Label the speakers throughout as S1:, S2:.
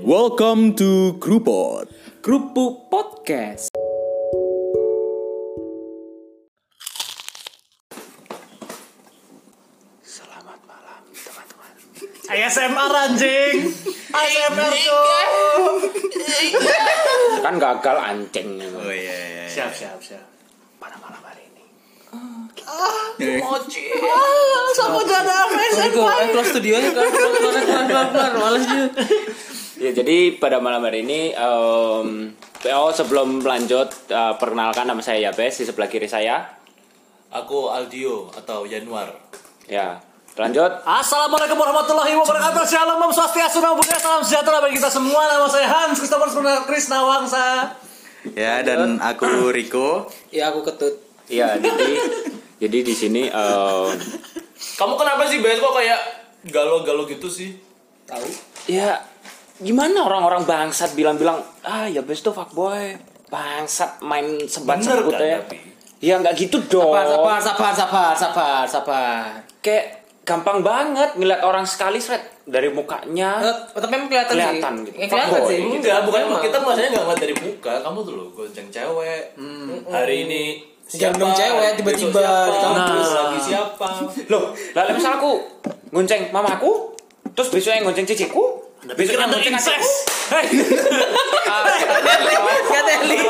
S1: Welcome to Groupot.
S2: Grupu Podcast. Selamat malam teman-teman.
S3: ASMR anjing. ASMR
S2: Kan gagal anjing.
S1: Oh iya.
S3: Siap siap siap.
S2: Pada malam hari ini. Ya jadi pada malam hari ini em, PO sebelum lanjut eh, perkenalkan nama saya Yabes di sebelah kiri saya.
S4: Aku Aldio atau Januar.
S2: Ya. Lanjut.
S3: Assalamualaikum warahmatullahi wabarakatuh. Shalom, Om Swastiastu, Namo Buddhaya, salam sejahtera bagi kita semua. Nama saya Hans Christopher Sebenar Krisna Wangsa.
S1: Ya dan aku Riko.
S5: Ya aku ketut.
S2: Iya, jadi jadi di sini em,
S4: Kamu kenapa sih Bes kok kayak galau-galau gitu sih?
S5: Tahu?
S2: ya gimana orang-orang bangsat bilang-bilang ah ya bes tuh fuckboy bangsat main sebat
S4: Bener
S2: sebut
S4: kan,
S2: ya
S4: tapi?
S2: ya nggak gitu dong
S5: Sabar, sabar, sabar, sabar, sabar, sabar.
S2: kayak gampang banget ngeliat orang sekali seret dari mukanya
S5: Eh, tapi memang kelihatan,
S2: Kelihatan
S5: sih.
S2: gitu.
S5: Ya, kelihatan
S2: Fuckboy
S5: sih.
S2: gitu.
S4: Enggak, bukan
S5: Emang.
S4: kita maksudnya nggak ngeliat dari muka. Kamu tuh loh, gonceng cewek. Hari ini
S5: Gendong cewek,
S4: Hari besok
S5: tiba-tiba
S4: siapa?
S5: di kampus.
S4: Terus lagi siapa?
S2: loh lalu misal aku gonceng mamaku terus besoknya gonceng ciciku besoknya gonceng adikku
S5: Gak teli.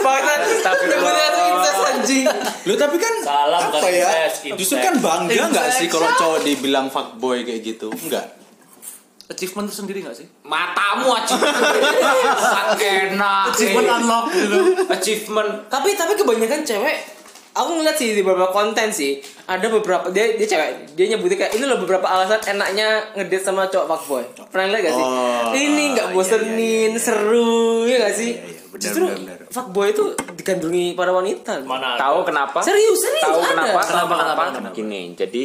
S5: Bahkan nyebutnya itu incest anjing.
S1: Lu tapi kan
S4: Salam
S1: apa
S4: kasih
S1: ya?
S4: ses, itu
S1: Justru
S4: ses.
S1: kan bangga nggak
S5: Exact.
S1: sih kalau cowok dibilang fuckboy kayak gitu? Enggak.
S3: Achievement itu sendiri gak sih?
S2: matamu aja enak
S3: Achievement
S2: eh.
S3: unlock gitu.
S2: achievement
S5: Tapi tapi kebanyakan cewek aku ngeliat sih di beberapa konten sih ada beberapa dia dia cewek dia nyebutnya kayak ini loh beberapa alasan enaknya ngedate sama cowok fuckboy pernah lihat gak sih
S1: Oh,
S5: ini nggak bosenin seru ya gak sih
S1: iya, benar,
S5: justru
S1: benar, benar.
S5: fuckboy itu digandrungi para wanita
S4: Mana?
S2: Tahu kenapa?
S5: Serius, serius,
S2: Tahu
S5: ada.
S2: kenapa?
S5: Kenapa,
S2: Kenapa, kenapa?
S5: kenapa,
S2: Gini, jadi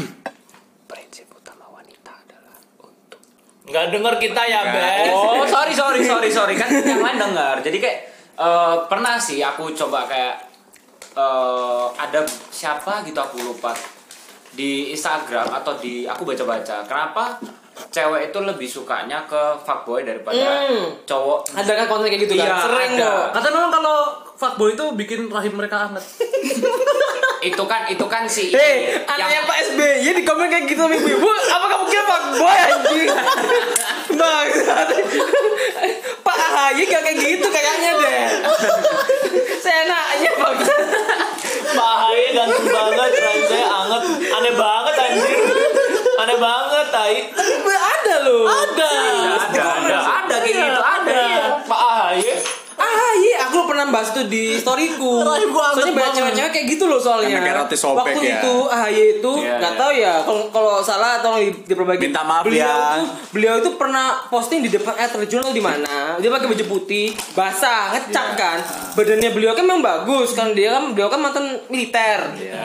S2: prinsip utama wanita adalah untuk.
S4: Nggak denger kita ya Bes.
S2: Oh, sorry, sorry, sorry, sorry. Kan yang lain dengar. Jadi kayak eh, pernah sih aku coba kayak eh, ada siapa gitu aku lupa di Instagram atau di aku baca-baca. Kenapa cewek itu lebih sukanya ke fuckboy daripada
S5: Hmm.
S2: cowok?
S5: ada kan konten kayak gitu
S2: Iya,
S5: kan sering
S2: ada.
S5: loh
S3: Kata memang kalau fuckboy itu bikin rahim mereka anget.
S2: Itu kan itu kan si
S5: Hei, Eh, anaknya Pak SBY di komen kayak gitu sama ibu Apa kamu kira Pak Boy anjing? Bang, Pak AHY gak kayak gitu kayaknya deh Seenaknya Pak
S4: Pahanya ganteng banget, rambut saya anget. Aneh banget anjir. Aneh banget, tai.
S5: Tapi ada loh Ada
S2: ada ada ada kayak gitu ada.
S4: Pak Ahaye.
S5: AHY, Iya. aku pernah bahas itu di storyku Soalnya banyak cewek-cewek kayak gitu loh soalnya
S1: Emang kayak roti sobek
S5: Waktu
S1: ya.
S5: itu AHY itu,
S2: Iya,
S5: gak
S2: iya.
S5: tahu ya kalau- Kalau salah tolong di- diperbaiki
S1: Minta maaf
S5: beliau
S1: ya.
S5: tuh beliau tuh pernah posting di depan air terjun atau di mana dia pakai baju putih basah ngecap kan badannya beliau kan memang bagus kan dia kan beliau kan mantan militer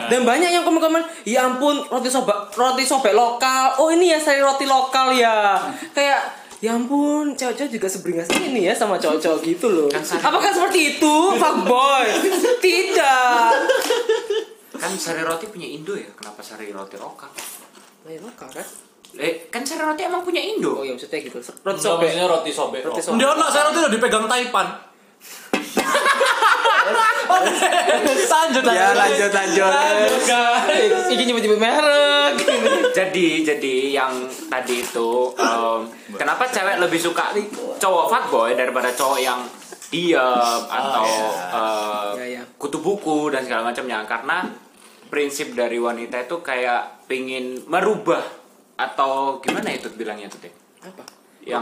S5: dan banyak yang komen-komen ya ampun roti sobek roti sobek lokal oh ini ya saya roti lokal ya kayak Ya ampun, cowok-cowok juga seberingas ini ya sama cowok-cowok gitu loh. Apakah seperti itu, fuckboy? Tidak.
S2: Kan sari roti punya Indo ya, kenapa sari roti lokal?
S5: Nah, ya lokal kan?
S2: Eh, kan sari roti emang punya
S5: Oh
S2: Indo.
S5: ya maksudnya gitu. Roti
S4: Nggak,
S5: sobek.
S4: maksudnya roti sobek.
S5: Roti sobek.
S3: Dia anak saya nanti udah dipegang taipan. lanjut lanjut.
S1: Ya lanjut lanjut.
S5: Eh, Ini nyebut-nyebut merek.
S2: jadi, jadi yang tadi itu em, kenapa cewek lebih suka cowok fuckboy daripada cowok yang diam atau em,
S5: Ya, ya.
S2: kutu buku dan segala macamnya karena prinsip dari wanita itu kayak pingin merubah atau gimana itu bilangnya tuh deh
S5: Apa?
S2: yang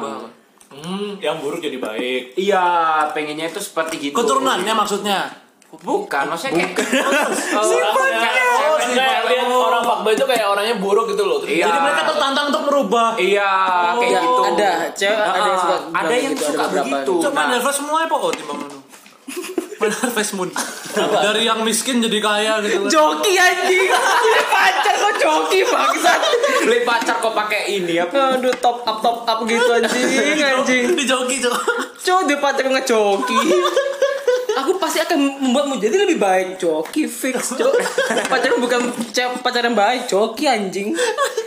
S4: Hmm, yang buruk jadi baik.
S2: iya pengennya itu seperti gitu
S3: Keturunannya maksudnya.
S2: Bukan, maksudnya kayak
S4: Orangnya-
S2: Oh,
S4: Orang kayak
S2: sifatnya.
S4: lihat orang fuckboy itu kayak orangnya buruk gitu loh. Terus
S2: Iya.
S3: Jadi mereka tertantang untuk merubah.
S2: Iya, kayak
S5: Ya,
S2: gitu.
S5: ada cewek ada yang suka
S2: Ah, ada
S5: bilang
S2: yang
S5: gitu,
S2: suka
S5: beberapa
S2: begitu.
S5: gitu.
S3: Cuma
S2: Nah.
S3: harvest semua ya pokoknya timbang Manu. Main harvest moon. Dari yang miskin jadi kaya gitu. kan.
S5: Joki anjing Ini pacar kok joki bangsat
S2: Beli pacar kok pakai ini ya? apa?
S5: Aduh top up top up gitu anjing anjing
S3: Di joki tuh.
S5: Cok dia pacar kok ngejoki Aku pasti akan membuatmu jadi lebih baik Joki fix cok Pacarmu bukan cewek pacar yang baik Joki anjing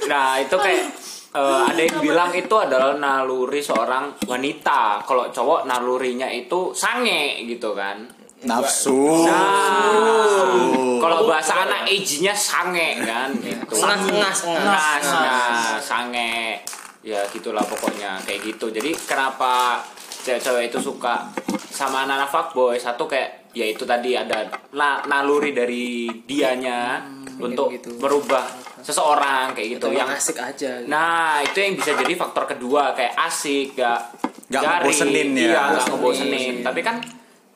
S2: Nah, itu kayak eh, ada yang bilang itu adalah naluri seorang wanita. Kalau cowok nalurinya itu sange gitu kan.
S1: Nafsu.
S2: Nah, kalau bahasa anak age-nya sange kan gitu.
S5: Sengas, sengas, sengas.
S2: Nas, nah, sange. Ya gitulah pokoknya kayak gitu. Jadi kenapa cewek-cewek itu suka sama anak-anak fuckboy? Satu kayak ya itu tadi ada na- naluri dari dianya untuk
S5: gitu-gitu.
S2: merubah seseorang kayak gitu
S5: Itu yang
S2: yang
S5: asik aja. gitu.
S2: Nah, itu yang bisa jadi faktor kedua kayak asik, gak
S1: Gak ngebosenin ya.
S2: Iya,
S1: Ngebosenin.
S2: gak ngebosenin. Tapi kan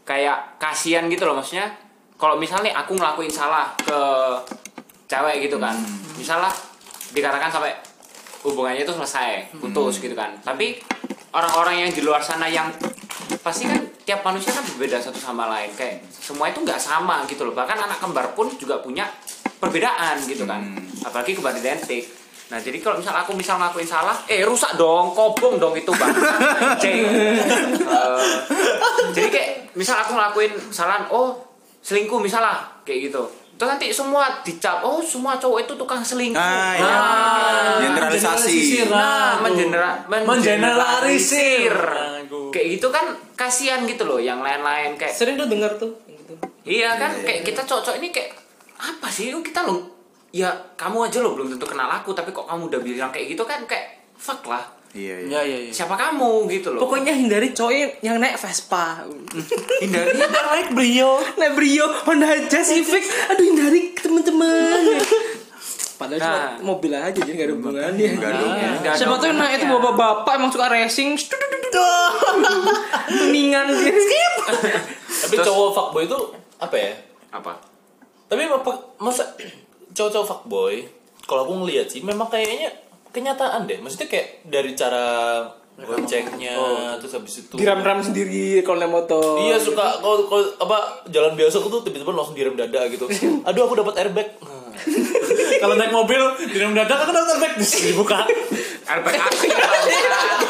S2: kayak kasihan gitu loh maksudnya. Kalau misalnya aku ngelakuin salah ke cewek gitu kan. Misalnya dikatakan sampai hubungannya itu selesai, putus gitu kan. Tapi orang-orang yang di luar sana yang pasti kan tiap manusia kan berbeda satu sama lain kayak semua itu nggak sama gitu loh bahkan anak kembar pun juga punya perbedaan gitu kan apalagi kembar identik nah jadi kalau misal aku misal ngelakuin salah eh rusak dong kobong dong itu bang ceng Eh, jadi kayak misal aku ngelakuin kesalahan oh selingkuh misalnya kayak gitu itu nanti semua dicap oh semua cowok itu tukang selingkuh
S1: Ah, iya.
S2: Nah,
S1: Generalisasi.
S2: Nah, mengenera-
S3: mengeneralisir.
S2: kayak gitu kan kasihan gitu loh yang lain-lain kayak
S5: Sering tuh denger tuh. yang gitu.
S2: Iya kan, kayak kita cocok ini kayak apa sih? Lu Kita lo ya kamu aja lo belum tentu kenal aku, tapi kok kamu udah bilang kayak gitu kan kayak fuck lah.
S1: Iya, iya.
S3: Ya ya ya.
S2: Siapa kamu gitu loh.
S5: Pokoknya hindari cowok yang naik Vespa.
S2: hindari
S3: Naik Brio.
S5: naik Brio, Honda Jazz, Civic. Aduh hindari teman-teman. Padahal cuma
S2: Nah.
S5: mobil aja jadi gak ada hubungannya.
S1: Gak ada hubungannya.
S2: Nggak
S5: Siapa
S2: ada
S5: tuh yang naik itu
S2: hubungannya.
S5: bapak-bapak emang suka racing. Mendingan dia.
S4: Tapi cowok fuckboy itu apa ya?
S2: apa?
S4: Tapi apa, masa cowok-cowok fuckboy kalau aku ngeliat sih memang kayaknya kenyataan deh. Maksudnya kayak dari cara goncengnya
S2: Oh.
S4: terus habis itu
S5: Diram-ram sendiri kalau naik motor.
S4: Iya suka kalau kalau apa jalan biasa aku tuh tiba-tiba langsung direm dada gitu. Aduh aku dapat airbag.
S3: Kalau naik mobil di dalam dada kan ada airbag dibuka.
S2: Airbag asli bangsa.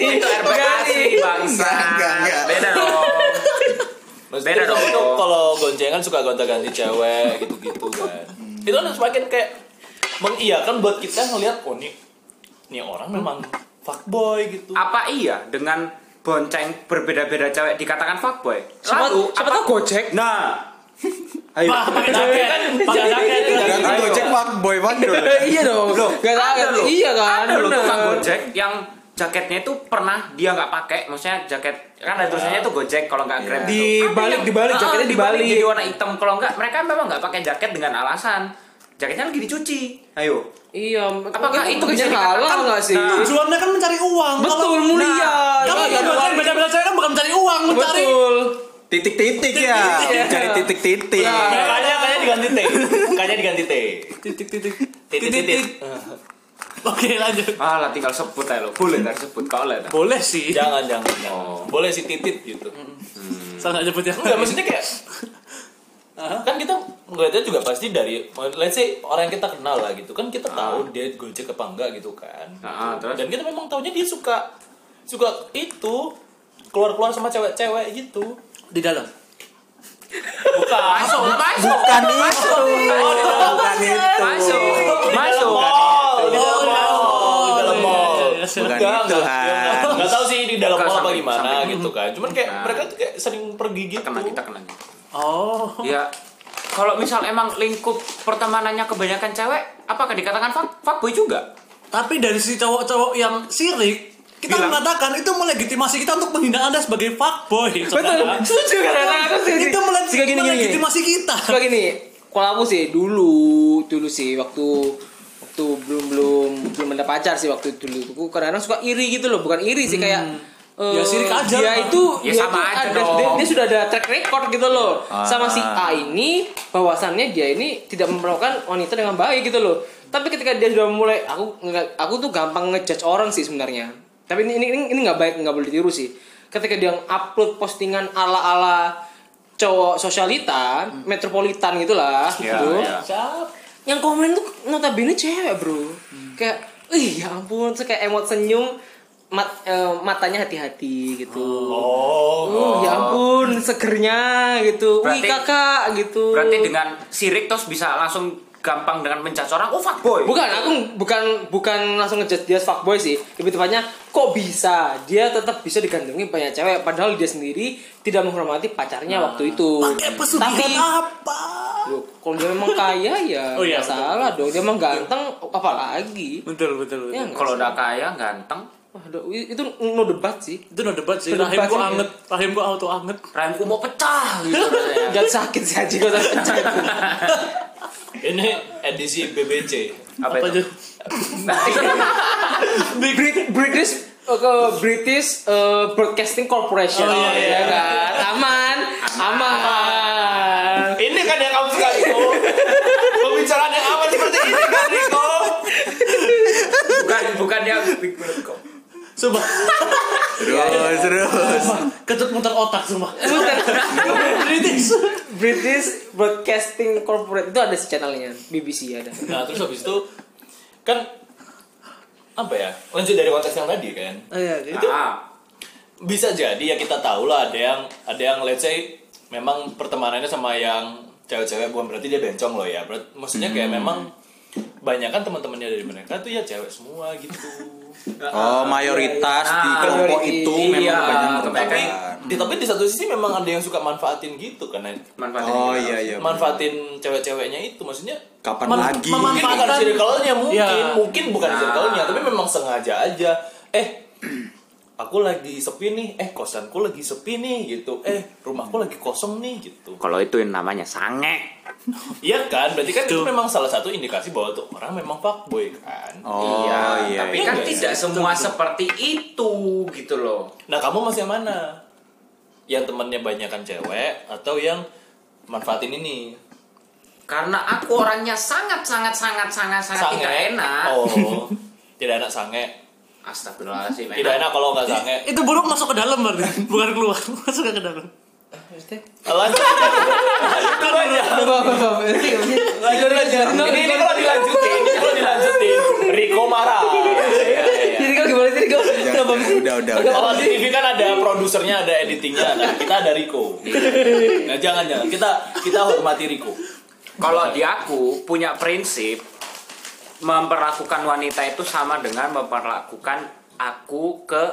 S2: Itu airbag
S5: Nggak
S2: asli
S5: sih.
S2: bangsa.
S1: Nggak, nggak, nggak.
S2: Beda dong.
S4: Maksudnya
S2: Beda dong.
S4: itu kalau goncengan suka gonta-ganti cewek gitu-gitu kan. Itu kan semakin kayak mengiyakan buat kita ngelihat oh nih, nih orang memang fuckboy gitu.
S2: Apa iya dengan bonceng berbeda-beda cewek dikatakan fuckboy?
S5: Siapa,
S2: Lalu
S5: siapa
S2: apa?
S5: tahu Gojek?
S2: Nah. Ayo.
S4: Wah, pakai jaket kan, pakai jaket.
S1: Gak
S4: kan.
S1: ada Gojek fuckboy banget dulu.
S5: iya dong.
S2: Loh,
S5: Gak tahu
S2: ada
S5: kan?
S2: loh.
S5: Iya kan?
S2: Ada loh
S5: bener.
S2: tukang Gojek yang jaketnya itu pernah dia nggak pakai, maksudnya jaket kan ada tulisannya itu Gojek kalau nggak Grab.
S5: Di
S2: Ada yang-
S5: balik, dibalik,
S2: Ah,
S5: jaketnya dibalik.
S2: Jadi warna hitam kalau nggak mereka memang nggak pakai jaket dengan alasan jaketnya lagi dicuci. Ayo.
S5: Iya.
S2: Apakah itu
S5: kerja
S2: bisa
S5: halal
S2: dikatakan?
S5: nggak sih?
S2: Nah.
S3: Tujuannya kan mencari uang.
S5: Betul
S3: Kalau-
S5: mulia.
S4: Nah,
S3: Kalau
S5: Iya,
S3: yang gonceng beda-beda cewek kan bukan mencari uang, mencari
S5: Betul.
S1: Titik-titik ya.
S5: Titik-titik.
S1: Cari titik-titik.
S5: Nah.
S4: Kayaknya kayaknya diganti T. Kayaknya diganti T.
S3: titik-titik.
S4: Titik-titik.
S3: Oke, lanjut.
S2: Alah tinggal sebut aja lo. Boleh ntar sebut kalau lah.
S3: Boleh sih.
S4: Jangan jangan. jangan. Boleh sih titit gitu.
S3: Saya nggak nyebut yang
S4: Oh. Enggak maksudnya kayak kan kita ngeliatnya juga pasti dari let's say orang yang kita kenal lah gitu kan kita tahu dia gojek apa enggak gitu kan
S2: Ah, ah, terus?
S4: dan kita memang taunya dia suka suka itu keluar-keluar sama cewek-cewek gitu
S3: di dalam.
S4: bukan
S2: Masuk, masuk,
S1: Bukan itu. Bukan itu.
S2: masuk, masuk.
S4: mall di dalam mall di dalam mall
S1: Bukan
S4: Enggak,
S1: itu,
S4: enggak.
S1: Han.
S4: Enggak tahu sih di dalam mall
S2: Enggak,
S4: apa
S2: samping,
S4: gimana
S2: samping.
S4: gitu kan. Cuman kayak
S2: Nah.
S4: mereka tuh kayak sering pergi gitu.
S2: Kena kita kena.
S3: Oh.
S2: Ya, kalau misal emang lingkup pertemanannya kebanyakan cewek, apakah dikatakan fuck, fuckboy juga?
S3: Tapi dari si cowok-cowok yang sirik, kita
S2: Bilang.
S3: mengatakan itu melegitimasi kita untuk menghina Anda sebagai fuckboy.
S5: Betul.
S3: saudara.
S5: Setuju kan? Aku setuju.
S3: Itu gitu, mele-
S5: Suka gini, gini, gini.
S3: melegitimasi kita.
S5: Suka gini. Kalau aku sih dulu, dulu sih waktu waktu belum belum belum ada pacar sih waktu itu dulu. Aku kadang-kadang suka iri gitu loh, bukan iri sih kayak eh,
S3: Ya, sirik aja
S5: Dia
S3: lah.
S5: itu
S2: Ya,
S5: dia
S2: sama
S5: itu
S2: aja
S5: ada-
S2: dong.
S5: Dia, dia sudah ada track record gitu loh.
S1: Ah.
S5: Sama si A ini bahwasannya dia ini tidak memperlakukan wanita dengan baik gitu loh. Tapi ketika dia sudah mulai aku nge- aku tuh gampang ngejudge orang sih sebenarnya. Tapi ini ini ini- ini nggak baik nggak boleh ditiru sih. Ketika dia upload postingan ala-ala cowok sosialita, metropolitan gitulah,
S2: Hmm. Ya,
S5: gitu.
S2: ya.
S3: Siap.
S5: Yang komen tuh notabene cewek, Bro.
S2: Hmm.
S5: Kayak, "Ih, ya ampun, terus kayak emot senyum, mat- eh, matanya hati-hati gitu.
S4: Oh.
S5: Oh, ya ampun, segernya gitu. Wih,
S2: Berarti-
S5: kakak gitu.
S2: Berarti dengan sirik terus bisa langsung gampang dengan mencaci orang, oh fuckboy.
S5: Bukan, aku bukan bukan langsung ngejudge dia fuckboy sih. Lebih tepatnya kok bisa dia tetap bisa digandungi banyak cewek padahal dia sendiri tidak menghormati pacarnya waktu itu.
S3: Nah, Pakai Ya, pesugihan
S5: Tapi-
S3: apa?
S5: Loh, kalau dia memang kaya ya
S3: Oh iya,
S5: nggak salah dong. Dia memang ganteng apalagi.
S3: Betul, betul,
S5: Ya, nggak
S2: Iya Kalau
S5: sih?
S2: udah kaya ganteng,
S5: Waduh, itu no debat sih.
S3: Itu no debat sih.
S5: No
S3: Rahim
S5: debat
S3: gua
S5: sih,
S3: anget, rahim gua auto anget.
S2: rahimku mau pecah gitu rasanya.
S5: Jangan sakit sih Haji kalau saya pecah.
S4: Ini edisi BBC.
S2: Apa,
S3: Apa
S2: itu?
S3: tuh?
S5: Brit- British eh, ke British eh, Broadcasting Corporation.
S4: Oh, iya, iya.
S5: Ya kan? Aman, aman.
S4: Ini kan yang kamu suka Riko. Pembicaraan yang aman seperti ini kan Riko.
S2: bukan bukan yang big Bird kok.
S3: Sumpah,
S1: Terus terus.
S3: kecut muter otak sumpah.
S5: British British Broadcasting Corporation itu ada sih channelnya BBC ada.
S4: Nah terus habis itu kan apa ya lanjut dari konteks yang tadi kan
S3: Oh, iya,
S5: Itu
S2: Ah,
S4: bisa jadi ya kita tahu lah ada yang ada yang let's say memang pertemanannya sama yang cewek-cewek bukan berarti dia bencong loh ya Berat- maksudnya kayak memang banyak kan teman-temannya dari mereka tuh ya cewek semua gitu
S1: Oh, mayoritas di
S2: Ah,
S1: kelompok itu
S5: iya,
S1: memang kebanyakan
S2: kebanyakan.
S1: perempuan.
S4: Di- tapi di satu sisi memang ada yang suka manfaatin gitu karena
S2: manfaatnya.
S1: Oh
S2: gimana?
S1: iya iya.
S4: manfaatin cewek-ceweknya itu maksudnya
S1: Kapan
S3: Mem-
S1: lagi?
S3: memanfaatkan
S4: mungkin bukan circle-nya mungkin
S3: Ya.
S4: mungkin bukan
S2: Nah.
S4: circle-nya tapi memang sengaja aja eh aku lagi sepi nih eh kosanku lagi sepi nih gitu eh rumahku lagi kosong nih gitu
S2: Kalau itu yang namanya sangek.
S4: Iya kan, berarti kan itu memang salah satu indikasi bahwa tuh orang memang fuckboy kan.
S1: Oh iya. iya
S2: tapi kan
S4: iya.
S2: tidak semua seperti itu gitu loh.
S4: Nah kamu masih yang mana? Yang temennya banyakan cewek atau yang manfaatin ini?
S2: Karena aku orangnya sangat sangat sangat sangat sangat
S4: Sange.
S2: tidak enak.
S4: Oh, tidak enak sange.
S2: Astagfirullahaladzim. eh.
S4: Tidak enak kalau nggak sange.
S3: Itu buruk masuk ke dalam berarti, bukan keluar. Masuk ke dalam.
S4: Lanjut. Kan
S5: Coba, coba, coba.
S4: lanjut, lanjut.
S5: kan
S4: Ini, ini
S3: kan-
S4: kalau dilanjutin, ini kalau dilanjutin, Riko marah. Iya, iya.
S5: Jadi kau gimana sih kau?
S2: Iya.
S1: Ya,
S5: Kenapa sih?
S1: udah, udah, udah.
S4: Kalau di TV kan ada produsernya, ada editingnya. Nah, kita ada Riko. Nah, jangan jangan. Kita kita hormati Riko.
S2: Kalau di aku punya prinsip memperlakukan wanita itu sama dengan memperlakukan aku ke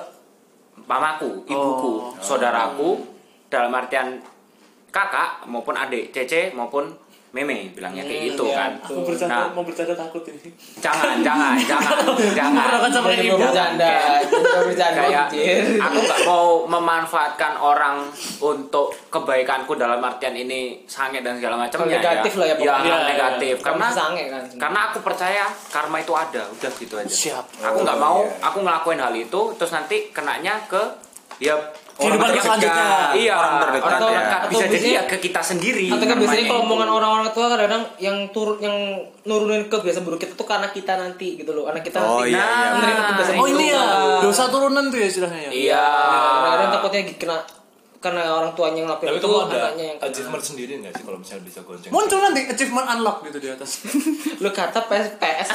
S2: mamaku, ibuku,
S3: Oh.
S2: saudaraku dalam artian kakak maupun adik, cece maupun meme bilangnya kayak gitu
S5: Iya.
S2: kan.
S3: Iya. Aku bercanda,
S2: Nah,
S3: mau bercanda takut ini.
S2: jangan, jangan, jangan, jangan.
S3: Marahkan sama
S5: Jadi
S3: ibu.
S5: gua bercanda, jadi gua bercanda.
S2: kayak
S5: anjir.
S2: aku nggak mau memanfaatkan orang untuk kebaikanku dalam artian ini sange dan segala macamnya
S5: Negatif lah ya
S2: ya,
S5: pokoknya.
S2: negatif karena
S5: Kamu sange kan.
S2: karena aku percaya karma itu ada udah gitu aja
S4: Siap.
S2: aku nggak mau aku ngelakuin hal itu terus nanti kenanya ke ya
S3: Kehidupan
S2: orang terdekat.
S3: selanjutnya.
S2: iya
S1: Orang
S2: orang
S1: terdekat.
S2: terdekat,
S5: Atau- atau
S2: bisa jadi
S5: biasanya-
S2: ya ke kita sendiri
S5: Atau kan biasanya kalau
S2: karmanya itu.
S5: omongan orang-orang tua kadang-kadang yang turun yang nurunin kebiasaan buruk kita tuh karena kita nanti gitu loh. Anak kita
S1: Oh
S5: nanti.
S1: iya iya.
S2: Nah,
S5: menerima kebiasaan
S3: Oh ini ya,
S5: Nah,
S3: dosa turunan tuh ya istilahnya ya.
S2: iya
S5: Kadang-kadang takutnya kena karena orang tuanya yang ngelakuin
S4: Tapi
S5: itu
S4: kamu ada
S5: gitu anaknya yang gitu. kena.
S4: achievement sendiri nggak sih kalau misalnya bisa gonceng?
S3: Muncul nanti achievement unlock gitu di atas.
S5: Lu kata PS PS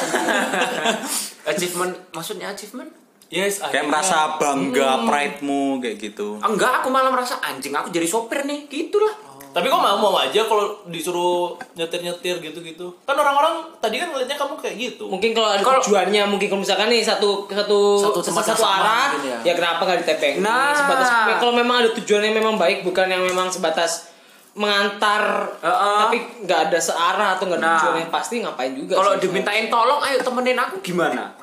S2: achievement maksudnya achievement
S4: Yes,
S1: Kayak
S4: akhirnya.
S1: merasa bangga pride-mu kayak gitu.
S2: enggak aku malah merasa anjing aku jadi sopir nih gitulah
S4: Tapi kok mau mau aja kalau disuruh nyetir nyetir gitu gitu. Kan orang-orang tadi kan ngeliatnya kamu kayak gitu.
S5: mungkin kalau ada
S2: Kalau-
S5: tujuannya mungkin kalau misalkan nih satu satu
S3: Satu
S5: satu,
S3: tempat yang sama
S5: arah
S3: mungkin ya.
S5: ya. kenapa nggak ditepeng
S2: Nah.
S5: sebatas kalau memang ada tujuannya memang baik bukan yang memang sebatas mengantar
S2: Heeh.
S5: tapi nggak ada searah atau nggak ada
S2: Nah.
S5: tujuan yang pasti ngapain juga
S2: Kalau
S5: sih.
S2: dimintain tolong, ayo temenin aku gimana?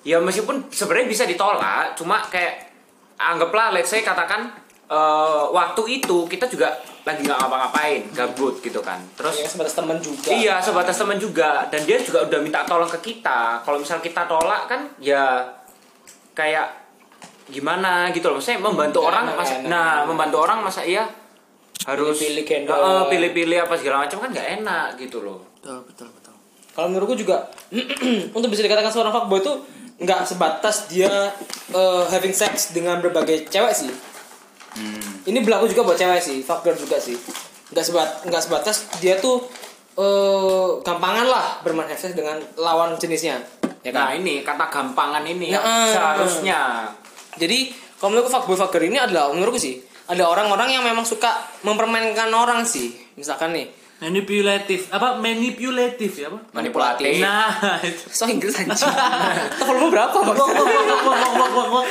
S2: Ya meskipun sebenarnya bisa ditolak, cuma kayak anggaplah, let's say katakan eh, waktu itu kita juga lagi nggak ngapa-ngapain, gabut gitu kan.
S5: ya,
S2: Terus
S5: sebatas teman juga
S2: iya sebatas teman juga, dan dia juga udah minta tolong ke kita. Kalau misal kita tolak kan, ya kayak gimana gitu loh. Maksudnya membantu
S5: Nggak
S2: orang,
S5: enak,
S2: masa-
S5: nggak enak.
S2: nah membantu orang masa iya harus
S5: Pilih-pilih
S2: Eh,
S5: gendong.
S2: eh, pilih-pilih apa segala macam kan nggak enak gitu loh.
S3: betul, betul, betul.
S5: kalau menurutku juga untuk bisa dikatakan seorang fuckboy itu nggak sebatas dia eh, having sex dengan berbagai cewek sih ini berlaku juga buat cewek sih fuckgirl juga sih nggak sebat nggak sebatas dia tuh eh, gampangan lah bermain have sex dengan lawan jenisnya ya kan
S2: Nah ini kata gampangan ini
S5: Nah,
S2: yang
S5: eh.
S2: seharusnya
S5: jadi kalau menurutku fuckboy fuckgirl ini adalah menurutku sih ada orang-orang yang memang suka mempermainkan orang sih misalkan nih
S3: manipulatif apa manipulatif ya apa
S2: Manipulatif.
S3: nah itu
S5: So Inggris anjing. Tefal lu berapa, Bang?
S3: Wok, wok, wok, wok, wok, wok, wok, wok.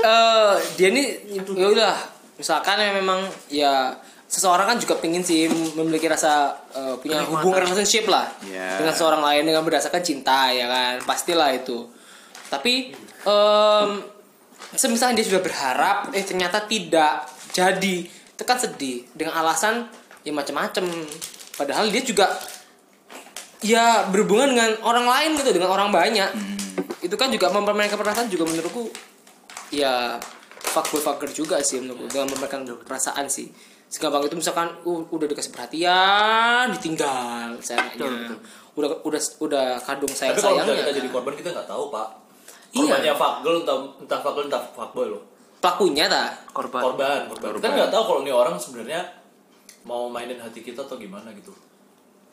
S5: Eh, dia nih ya udah misalkan ya memang ya seseorang kan juga pengen sih memiliki rasa eh, punya
S3: Kenikmatan.
S5: hubungan relationship lah
S1: Iya.
S5: dengan seorang lain dengan berdasarkan cinta ya kan pastilah itu tapi em semisal dia sudah berharap eh ternyata tidak jadi itu kan sedih dengan alasan ya macam-macam padahal dia juga ya berhubungan dengan orang lain gitu dengan orang banyak
S4: Hmm.
S5: itu kan juga mempermainkan perasaan juga menurutku ya fuckboy fucker juga sih menurutku dalam mempermainkan perasaan sih segampang itu misalkan u- udah dikasih perhatian ditinggal sayangnya udah udah udah kadung sayang
S4: Tapi kalau misalnya
S5: sayangnya
S4: kita jadi korban kita nggak tahu pak.
S5: kan. Iya.
S4: Korbannya fuckgirl entah entah fuckgirl entah fuckboy loh.
S5: pelakunya ta
S3: korban
S4: Korban, korban. Kita nggak tahu kalau ini orang sebenarnya mau mainin hati kita atau gimana gitu.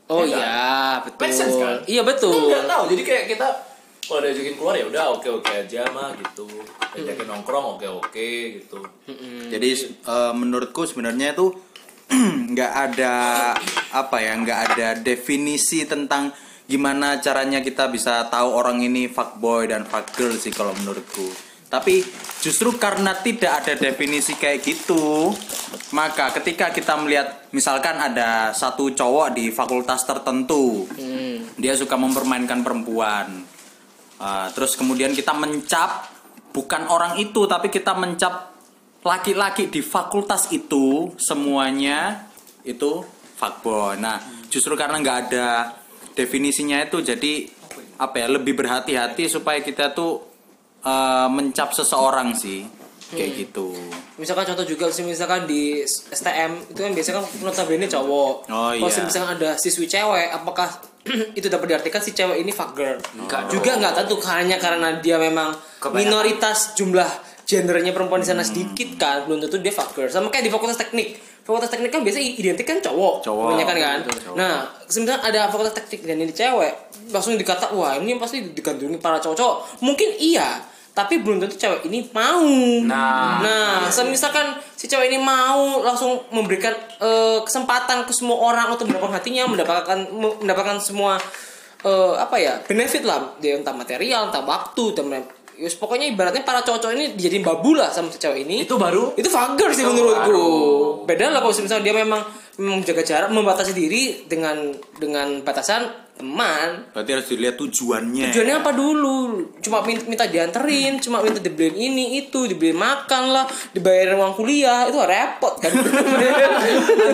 S5: oh
S4: Iya kan?
S5: iya betul
S4: Make sense kan?
S5: iya betul
S4: Kita nggak tahu. Jadi kayak kita kalau diajakin keluar ya udah oke oke aja mah gitu. Diajakin nongkrong oke oke gitu.
S5: Hmm.
S1: Jadi eh, menurutku sebenarnya itu nggak ada apa ya, nggak ada definisi tentang gimana caranya kita bisa tahu orang ini fuckboy dan fuckgirl sih kalau menurutku. Tapi justru karena tidak ada definisi kayak gitu, maka ketika kita melihat misalkan ada satu cowok di fakultas tertentu, dia suka mempermainkan perempuan. Ah, terus kemudian kita mencap bukan orang itu tapi kita mencap laki-laki di fakultas itu semuanya itu fuckboy. Nah, justru karena nggak ada definisinya itu jadi apa ya lebih berhati-hati supaya kita tuh eh, mencap seseorang sih kayak gitu.
S5: misalkan contoh juga sih, misalkan di STM itu kan biasanya kan notabene cowok
S1: Oh,
S5: kalau
S1: iya.
S5: misalkan ada siswi cewek apakah itu dapat diartikan si cewek ini fuck girl
S2: Enggak
S5: juga nggak tentu hanya karena dia memang
S2: Kebanyakan.
S5: minoritas jumlah gendernya perempuan di sana
S1: Hmm.
S5: sedikit kan belum tentu dia fuck girl sama kayak di fakultas teknik fakultas teknik kan biasanya identik kan cowok,
S1: Cowok.
S5: kebanyakan kan
S1: Betul, cowok.
S5: nah sebenarnya ada fakultas teknik dan ini cewek langsung dikata wah ini pasti digandrungi para cowok-cowok mungkin iya tapi belum tentu cewek ini mau
S2: Nah.
S5: Nah, semisalkan si cewek ini mau langsung memberikan eh, kesempatan ke semua orang untuk mendapatkan hatinya, mendapatkan mendapatkan semua eh, apa ya benefit lah, dia entah material, entah waktu, entah men- Yus, pokoknya ibaratnya para cowok-cowok ini dijadiin babu lah sama si cewek ini.
S3: itu baru
S5: Itu vulgar sih
S2: Itu
S5: menurutku.
S2: baru.
S5: Beda lah kalau misalnya dia memang memang jaga jarak, membatasi diri dengan dengan batasan teman,
S1: Berarti harus dilihat tujuannya.
S5: tujuannya apa dulu cuma min- minta dianterin cuma minta dibeliin ini itu dibeliin makan lah dibayarin uang kuliah itu repot kan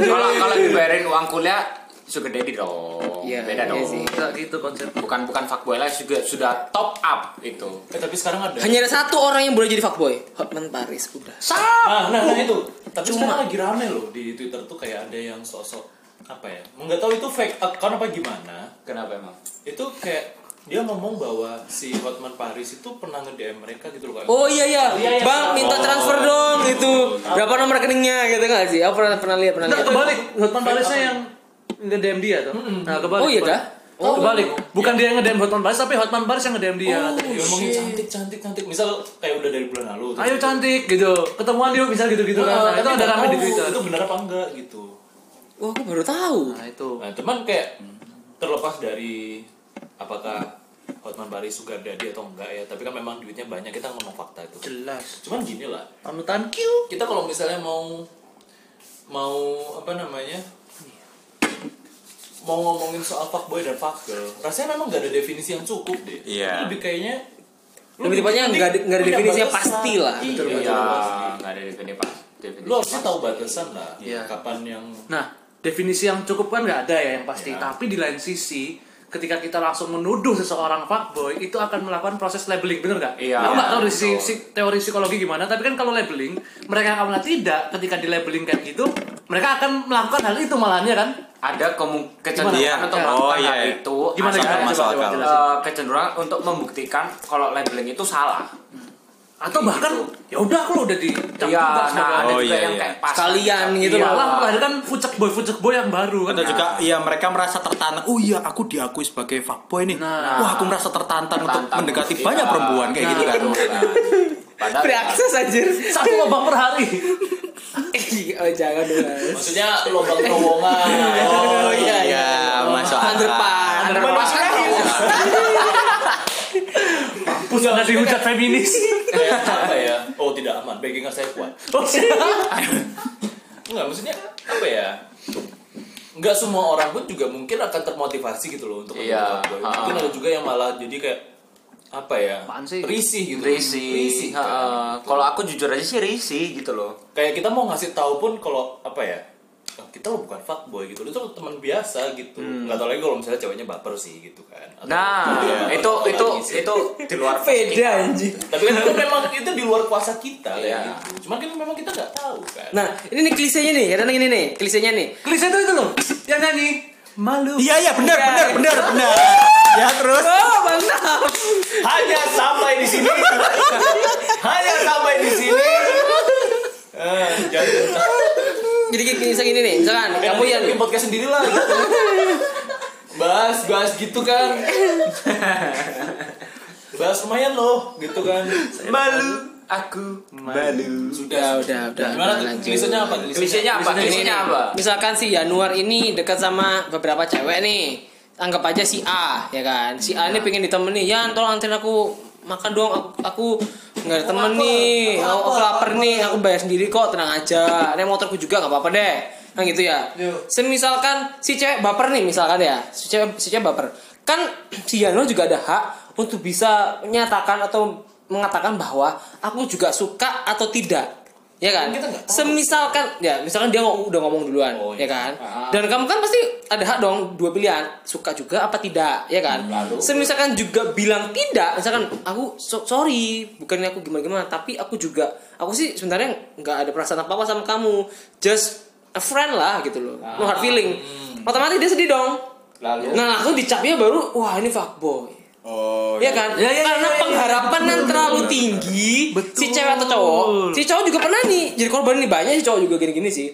S2: kalau kalau dibayarin uang kuliah sugar daddy dong
S5: Iya, iya
S2: beda dong
S5: sih.
S2: gitu konsep bukan bukan fuckboy lah juga sudah top up itu
S4: Eh tapi sekarang ada.
S5: hanya ada satu orang yang boleh jadi fuckboy Hotman Paris udah
S4: Nah, nah, nah itu. Tapi sekarang lagi rame loh di Twitter tuh kayak ada yang sosok apa ya? Nggak tahu itu fake account apa gimana.
S2: kenapa emang
S4: itu kayak dia ngomong bahwa si Hotman Paris itu pernah nge-DM mereka gitu loh kayak
S5: oh iya iya
S4: Iya, iya.
S5: bang minta
S4: Oh.
S5: transfer dong gitu berapa nomor rekeningnya gitu nggak sih aku pernah pernah lihat pernah
S3: Nggak,
S5: lihat
S3: kebalik Hotman Parisnya yang ngedem dia tuh nah kebalik
S5: Oh, iya
S3: kebalik.
S5: kah? Oh.
S3: kebalik bukan dia yang ngedem Hotman Paris tapi Hotman Paris yang ngedem dia
S4: Oh, dia ngomongin cantik cantik cantik misal kayak udah dari bulan lalu
S3: ayo cantik gitu ketemuan dia bisa gitu-gitu
S5: Oh,
S3: kan Nah, itu ada rame di Twitter
S4: itu bener apa enggak gitu
S5: wah aku baru tahu
S3: nah itu
S4: nah cuman kayak terlepas dari apakah Hotman Paris sugar daddy atau enggak ya tapi kan memang duitnya banyak kita ngomong fakta itu
S3: jelas
S4: cuman gini lah
S3: panutan Q
S4: kita kalau misalnya mau mau apa namanya mau ngomongin soal fuckboy dan fuckgirl rasanya memang gak ada definisi yang cukup deh
S1: Iya.
S4: lebih kayaknya lu
S5: Lebih tepatnya
S4: mending-
S5: nggak ada- nggak ada
S4: punya
S5: definisi yang
S4: batasan.
S5: pasti lah.
S4: iya,
S5: Betul,
S2: iya
S4: iya.
S2: nggak ada definisi pas
S4: lu harusnya tahu batasan lah
S3: Iya.
S4: kapan yang
S3: Nah, definisi yang cukup kan nggak ada ya yang pasti.
S5: Iya.
S3: Tapi di lain sisi, ketika kita langsung menuduh seseorang fuckboy, itu akan melakukan proses labeling, bener nggak?
S2: Iya.
S3: Aku nggak tahu dari
S2: Betul.
S3: sisi- si- teori psikologi gimana, tapi kan kalau labeling, mereka yang awalnya tidak, ketika di labeling kayak gitu, mereka akan melakukan hal itu malahan ya kan?
S2: ada kemu- kecenderungan
S1: Iya.
S2: untuk
S1: Oh,
S2: melakukan
S1: iya,
S2: hal
S1: iya.
S2: itu
S3: Gimana
S2: asal-
S1: Masuk akal,
S3: caranya? Coba,
S1: masuk
S3: coba
S1: akal.
S3: jelasin.
S2: eh, kecenderungan untuk membuktikan kalau labeling itu salah
S3: Atau bahkan ya udah aku udah di
S2: iya nah ada
S1: Oh,
S2: juga
S1: iya,
S2: yang
S1: iya.
S2: kayak pas
S5: Sekalian gitu
S2: Iya.
S3: malah melahirkan fucek boy fucek kan boy yang baru kan?
S1: Atau juga ya mereka merasa tertantang. Oh iya, aku diakui sebagai fuckboy nih.
S3: Nah.
S1: Wah, aku merasa tertantang, untuk
S2: Tertantang.
S1: mendekati
S2: Iya.
S1: banyak perempuan kayak gitu kan.
S2: Nah, padahal
S5: free access anjir
S3: Satu lubang per hari.
S5: Eh, Oh, jangan dong. Mas.
S4: Maksudnya lubang terowongan.
S1: Oh iya, iya. masuk
S5: Underpass. Underpass kan
S3: Mampus
S2: Iya,
S3: nggak dihujat
S2: kan-
S3: feminis.
S4: Kayak apa ya? Oh tidak aman, backingan saya kuat. Enggak, maksudnya apa ya? Enggak semua orang pun juga mungkin akan termotivasi gitu loh untuk
S2: Iya.
S4: menjadi fuckboy. Mungkin
S2: Ha.
S4: ada juga yang malah jadi kayak apa ya?
S3: Apaan sih?
S4: Risih gitu.
S2: Risi.
S4: kan.
S2: Heeh. Kalau aku jujur aja sih risi gitu loh.
S4: Kayak kita mau ngasih tahu pun kalau apa ya? "Oh, kita loh bukan fuckboy gitu, lu tuh teman biasa gitu. Enggak tahu lagi kalau misalnya ceweknya baper sih gitu kan. Atau-
S2: Hmm.
S4: gitu.
S2: Nah, itu itu itu di luar
S5: Beda anjing.
S4: Tapi kan itu memang itu di luar kuasa kita kayak
S2: Iya.
S4: gitu. Cuman kan memang kita nggak tahu kan.
S5: Nah, ini nih klisenya nih, karena ini nih, klisenya nih.
S3: Klise itu itu loh. Yang nyanyi malu.
S1: Iya iya benar
S5: Iya.
S1: benar benar benar. Ya terus
S5: Oh, mantap.
S4: Hanya sampai di sini. Hanya sampai di sini. Eh, jangan
S5: Jadi kayak klise gini nih, misalkan kamu yang
S4: bikin podcast sendiri lah gitu. bahas bahas gitu kan bahas lumayan loh gitu kan
S2: Malu aku malu.
S5: udah udah udah.
S4: gimana tuh
S5: lanjut.
S4: tulisannya apa tulisannya
S2: Klisenya apa? Klisenya apa?
S5: Misalkan si Januar ini dekat sama beberapa cewek nih. Anggap aja si A, ya kan? Si A ini pengen ditemani. Yan, tolong anterin aku makan dong. Aku, aku nggak ada temen nih. Aku, aku lapar nih. Aku bayar sendiri kok. Tenang aja. Ini motorku juga nggak apa-apa deh. Nah gitu ya. Semisalkan si cewek baper nih, misalkan ya. Si cewek, si cewek baper. Kan si Januar juga ada hak untuk bisa menyatakan atau mengatakan bahwa aku juga suka atau tidak. Ya kan?
S4: Kita nggak tahu.
S5: Semisalkan ya, misalkan dia ngo- udah ngomong duluan,
S4: Oh,
S5: ya
S4: iya.
S5: kan? Dan kamu kan pasti ada hak dong dua pilihan, suka juga apa tidak, ya kan?
S4: Lalu?
S5: Semisalkan juga bilang tidak, misalkan aku so- sorry, bukannya aku gimana-gimana, tapi aku juga aku sih sebenarnya nggak ada perasaan apa-apa sama kamu. Just a friend lah gitu loh. No hard
S4: Ah,
S5: feeling.
S4: hmm.
S5: Otomatis dia sedih dong.
S2: Lalu
S5: Nah, aku dicapnya baru wah ini fuckboy.
S1: Oh
S5: Iya kan? Karena pengharapan yang terlalu tinggi si cewek atau cowok. Si cowok juga pernah nih jadi korban nih banyak si cowok juga gini-gini sih.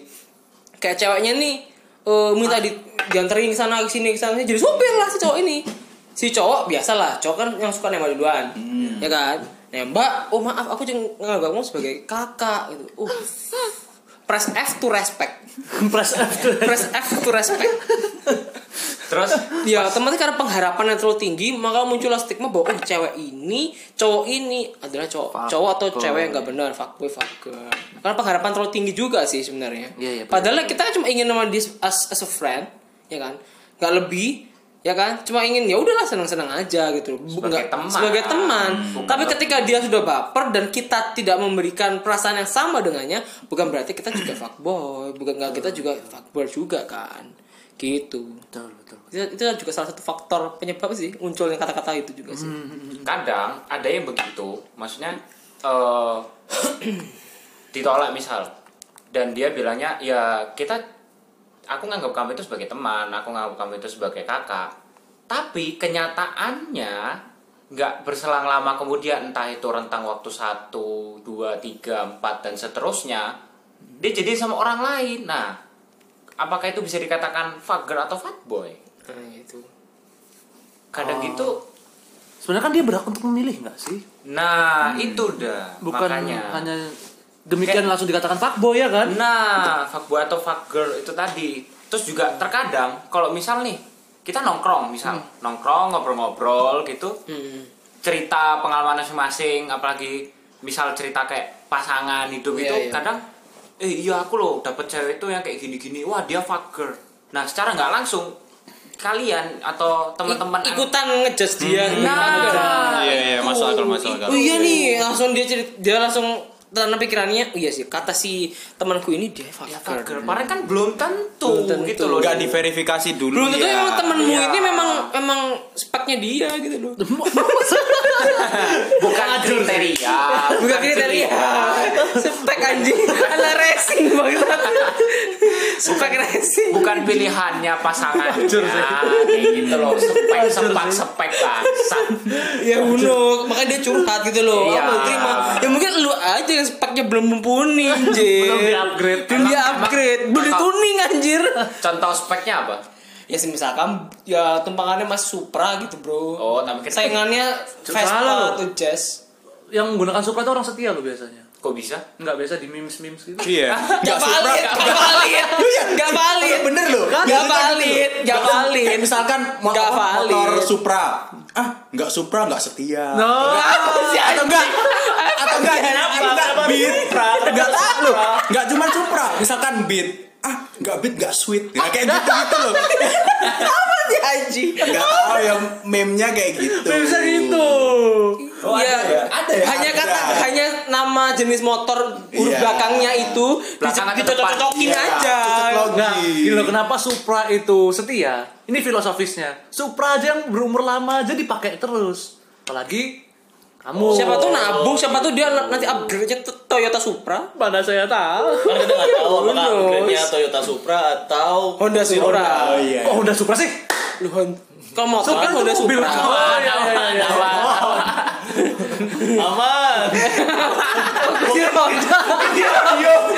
S5: Kayak ceweknya nih eh, minta di dianterin ke sana ke sini ke sana jadi sopir lah si cowok ini. Si cowok biasalah, cowok kan yang suka nembak duluan. Ya kan? Nembak, oh maaf aku ceng- nganggap kamu sebagai kakak gitu. Uh. Press F to respect.
S3: Press after.
S5: Press F to eh, respect.
S2: terus
S5: Ya, otomatis karena pengharapan yang terlalu tinggi, maka muncullah stigma bahwa oh, cewek ini, cowok ini adalah cowok, cowok atau cewek yang gak benar, fuckboy, fuckgirl. Karena pengharapan terlalu tinggi juga sih sebenarnya.
S2: Iya, iya, benar.
S5: Padahal kita cuma ingin sama dia as, as a friend, ya kan? Gak lebih, ya kan? Cuma ingin ya udahlah senang-senang aja gitu. Bu-
S2: Sebagai
S5: nggak-
S2: teman. Ah,
S5: Sebagai teman.
S2: Bukan
S5: Tapi
S2: lo-
S5: ketika dia sudah baper dan kita tidak memberikan perasaan yang sama dengannya, bukan berarti kita juga fuckboy, bukan nggak kita juga fuckboy juga kan? Gitu itu, itu juga salah satu faktor penyebab sih munculnya kata-kata itu juga sih
S2: Hmm. kadang ada yang begitu maksudnya eh ditolak misal dan dia bilangnya ya kita aku nganggap kamu itu sebagai teman aku nganggap kamu itu sebagai kakak tapi kenyataannya nggak berselang lama kemudian entah itu rentang waktu satu dua tiga empat dan seterusnya dia jadi sama orang lain nah apakah itu bisa dikatakan fuck girl atau fuckboy
S5: nah itu
S2: kadang gitu
S3: Sebenarnya kan dia berhak untuk memilih nggak sih?
S2: Nah, itu dah.
S3: Bukan
S2: makanya.
S3: hanya demikian langsung dikatakan fuckboy ya kan?
S2: Nah, fuckboy atau fuckgirl itu tadi. Terus juga terkadang kalau misal nih kita nongkrong misal nongkrong ngobrol-ngobrol gitu
S5: hmm.
S2: cerita pengalaman masing-masing apalagi misal cerita kayak pasangan hidup
S5: Iya,
S2: itu
S5: iya.
S2: kadang eh iya aku loh dapet cewek itu yang kayak gini-gini wah dia fucker nah secara nggak langsung kalian atau teman-teman Hmm.
S5: I- ikutan ngejudge dia
S2: nah
S1: Iya iya masuk akal masuk akal.
S5: oh iya nih langsung dia cerita, dia langsung tanam pikirannya oh iya sih kata si temanku ini dia
S2: ya
S5: fucker
S2: fucker padahal kan belum tentu,
S5: Belum tentu.
S2: gitu loh
S1: Enggak diverifikasi dulu.
S5: belum tentu
S1: ya.
S5: emang temenmu
S2: Iya.
S5: ini memang memang speknya dia gitu loh
S2: bukan kriteria
S5: bukan kriteria Iya. spek anjing ala racing banget spek racing
S2: bukan pilihannya pasangannya kayak gitu loh sepek sepak sepek bangsat
S5: ya bunuh makanya dia curhat gitu loh
S2: Iya.
S5: Aku terima ya mungkin lu aja yang speknya belum mumpuni anjir
S3: Belum di-upgrade.
S5: belum di upgrade belum dituning anjir
S2: contoh speknya apa
S5: ya misalkan ya tumpangannya masih Supra gitu bro
S2: oh tapi kan
S5: saingannya
S3: Salah
S5: Vespa
S3: lu.
S5: atau Jazz
S3: Yang menggunakan Supra itu orang setia loh biasanya.
S2: Kok bisa?
S3: nggak biasa di memes memes gitu
S1: Iya.
S5: Gak valid, gak valid, gak valid,
S1: Bener loh.
S5: Gak
S1: Iya, bener
S5: valid,
S1: loh.
S5: gak valid.
S1: Kayak Eh, misalkan mo-
S5: Gak
S1: motor,
S5: valid. Nah,
S1: Supra. Ah, nggak Supra nggak setia.
S3: no
S1: atau enggak atau enggak atau enggak beat enggak tahu loh enggak cuma Supra misalkan beat ah enggak beat enggak sweet ya, kayak gitu gitu loh
S5: Si Aji.
S1: enggak tahu yang meme-nya kayak gitu
S3: bisa gitu
S5: Iya.
S1: ada ya
S5: Hanya kata,
S1: Ada.
S5: hanya nama jenis motor huruf
S1: Iya.
S5: belakangnya itu
S2: Belakangnya ke depan.
S5: dicocok-cocokin
S1: Iya,
S5: aja.
S1: cocok logi.
S3: Nah, gila kenapa Supra itu setia? Ini filosofisnya. Supra aja yang berumur lama aja dipakai terus. Apalagi kamu.
S5: Siapa tuh nabung, siapa tuh dia nanti upgrade-nya tuh Toyota Supra.
S3: Mana saya tahu.
S4: Kan kita nggak tahu apakah
S5: Bonus.
S4: upgrade-nya Toyota Supra atau
S5: Honda
S1: oh
S5: Supra.
S1: iya
S3: Kok Honda Supra sih? Ah,
S5: Lu Hon- Kalau mau kan
S3: Supra itu
S5: Honda
S3: mobil.
S5: Supra.
S3: Oh, iya, iya, iya, iya.
S4: aman.
S5: Kira Honda.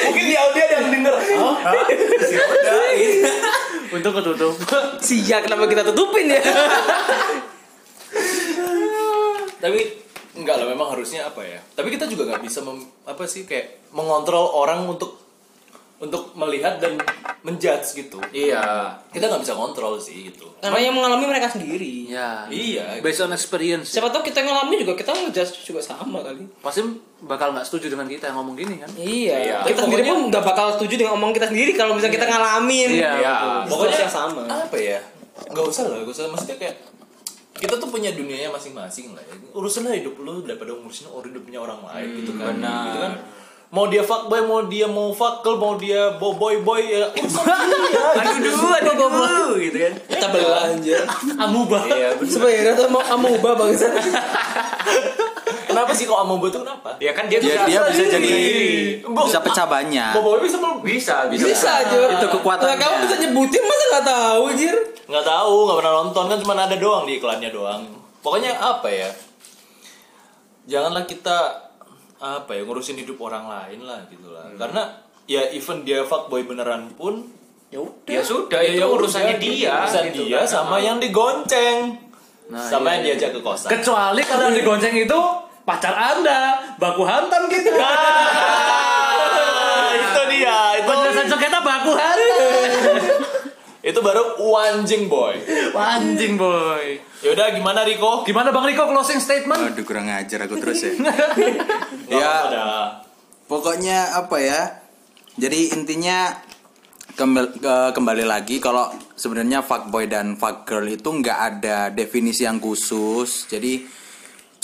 S4: Mungkin di audio ada yang denger.
S3: Untung ketutup.
S5: Sia kenapa kita tutupin ya?
S4: Tapi enggak lah memang harusnya apa ya. Tapi kita juga nggak bisa mem- apa sih kayak mengontrol orang untuk untuk melihat dan menjudge gitu.
S2: Iya.
S4: Kita nggak bisa kontrol sih gitu.
S5: Karena yang mengalami mereka sendiri.
S3: Iya.
S4: Iya.
S3: Based on experience.
S5: Siapa tahu kita ngalami juga kita ngejudge juga sama kali.
S3: Pasti bakal nggak setuju dengan kita yang ngomong gini kan?
S5: Iya.
S2: Iya.
S5: Kita sendiri pun nggak bakal setuju dengan omong kita sendiri kalau misalnya kita ngalamin.
S3: Iya.
S1: ya.
S2: Iya.
S5: Pokoknya sama.
S4: apa ya nggak usah lah nggak usah maksudnya kayak kita tuh punya dunianya masing-masing lah ya. urusanlah hidup lu daripada ngurusin orang hidupnya orang lain gitu kan gitu kan mau dia fuckboy mau dia mau fuckgirl mau dia boboy boy ya urusan dia
S5: Aduh dulu, aduh goblok gitu kan. Kita belah aja.
S3: Amuba.
S2: Iya.
S5: Sebenarnya tuh mau amuba bangsa.
S4: kenapa sih kok sama tuh kenapa
S2: Ya kan dia
S1: dia
S2: bisa
S1: dia bisa jadi
S4: Bo-
S1: bisa pecah banyak
S4: boboy bisa mau
S2: bisa bisa.
S5: Bisa aja.
S1: Itu kekuatannya.
S5: Lah, kamu bisa nyebutin masa nggak tahu, Jir?
S4: nggak tahu nggak pernah nonton kan cuma ada doang di iklannya doang pokoknya apa ya janganlah kita apa ya ngurusin hidup orang lain lah gitu lah karena ya even dia fuckboy beneran pun
S5: Ya udah.
S2: Ya sudah itu urusannya dia.
S4: urusan
S2: gitu
S4: dia
S2: kan.
S4: sama yang digonceng sama
S3: iya,
S4: yang diajak ke kosan
S3: Kecuali kalau yang digonceng itu pacar Anda, baku hantam gitu.
S4: Ah, itu dia itu
S3: Penjelasan sengketa baku hantam.
S4: itu baru anjing boy
S3: Wah, Anjing boy.
S4: yaudah gimana Riko
S3: Gimana Bang Riko closing statement?
S1: aduh kurang ajar aku terus ya
S4: Nggak apa-apa
S1: ya
S4: dah.
S1: pokoknya apa ya jadi intinya kembali, ke- kembali lagi kalau sebenarnya fuckboy dan fuckgirl itu nggak ada definisi yang khusus jadi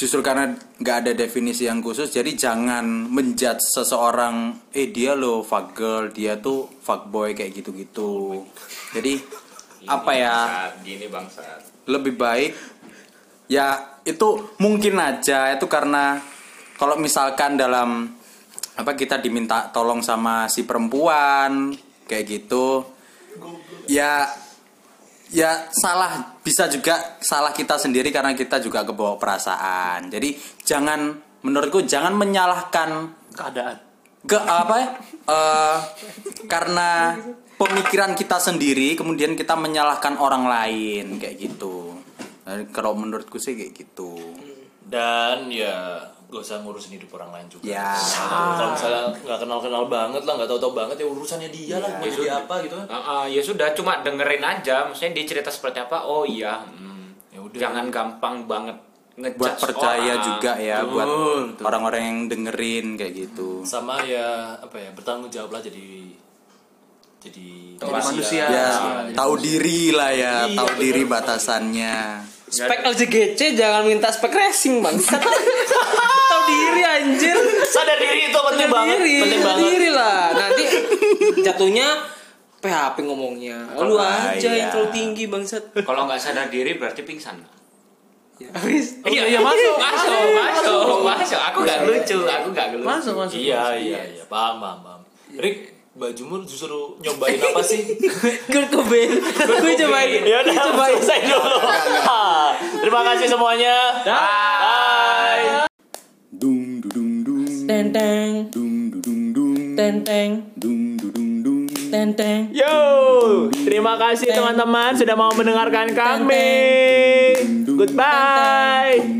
S1: justru karena nggak ada definisi yang khusus jadi jangan menjudge seseorang eh dia lo fuckgirl dia tuh fuckboy kayak gitu-gitu jadi apa ya
S2: Bangsat, Gini bangsat.
S1: lebih baik ya itu mungkin aja itu karena kalau misalkan dalam apa kita diminta tolong sama si perempuan kayak gitu ya ya salah bisa juga salah kita sendiri karena kita juga kebawa perasaan jadi jangan menurutku jangan menyalahkan
S3: Keadaan.
S1: ke apa ya? Eh, karena pemikiran kita sendiri kemudian kita menyalahkan orang lain kayak gitu Eh, kalau menurutku sih kayak gitu
S4: dan ya gak usah ngurusin hidup orang lain juga
S1: ya
S4: kalau misalnya nggak kenal kenal banget lah nggak tahu tahu banget ya urusannya dia lah mau jadi apa gitu kan
S2: Ah, ah, ya sudah cuma dengerin aja maksudnya dia cerita seperti apa oh iya hmm.
S4: ya udah
S2: jangan gampang banget ngejudge
S1: buat percaya
S2: orang.
S1: juga ya buat orang-orang yang dengerin kayak gitu
S4: sama ya apa ya bertanggung jawab lah jadi jadi
S3: Jadi
S2: Iya,
S3: manusia.
S1: ya tahu diri lah ya
S4: Iya,
S1: tahu
S4: bener.
S1: diri batasannya
S5: Spek LCGC jangan minta spek racing bang. Tahu diri anjir.
S4: sadar diri itu penting
S5: Sadar
S4: banget
S5: diri,
S4: penting
S5: sadar
S4: banget
S5: diri lah. Nanti jatuhnya PHP ngomongnya. Lu
S1: Ah,
S5: aja
S1: iya.
S5: yang terlalu tinggi bangsat.
S2: kalau nggak sadar Nah, diri berarti pingsan
S5: Ya, wis.
S2: iya, iya masuk, masuk, masuk, masuk. Aku nggak lucu, aku nggak lucu.
S3: Masuk, masuk.
S4: iya iya iya paham paham, paham. Rick bajumu justru nyobain apa sih
S5: Kurt Cobain. Gue cobain.
S4: ya udah selesai dulu terima kasih semuanya bye
S1: dung dung dung
S5: Tenteng,
S1: dung dung dung
S5: tenteng,
S1: dung dung dung
S5: tenteng.
S4: yo terima kasih teman-teman sudah mau mendengarkan kami goodbye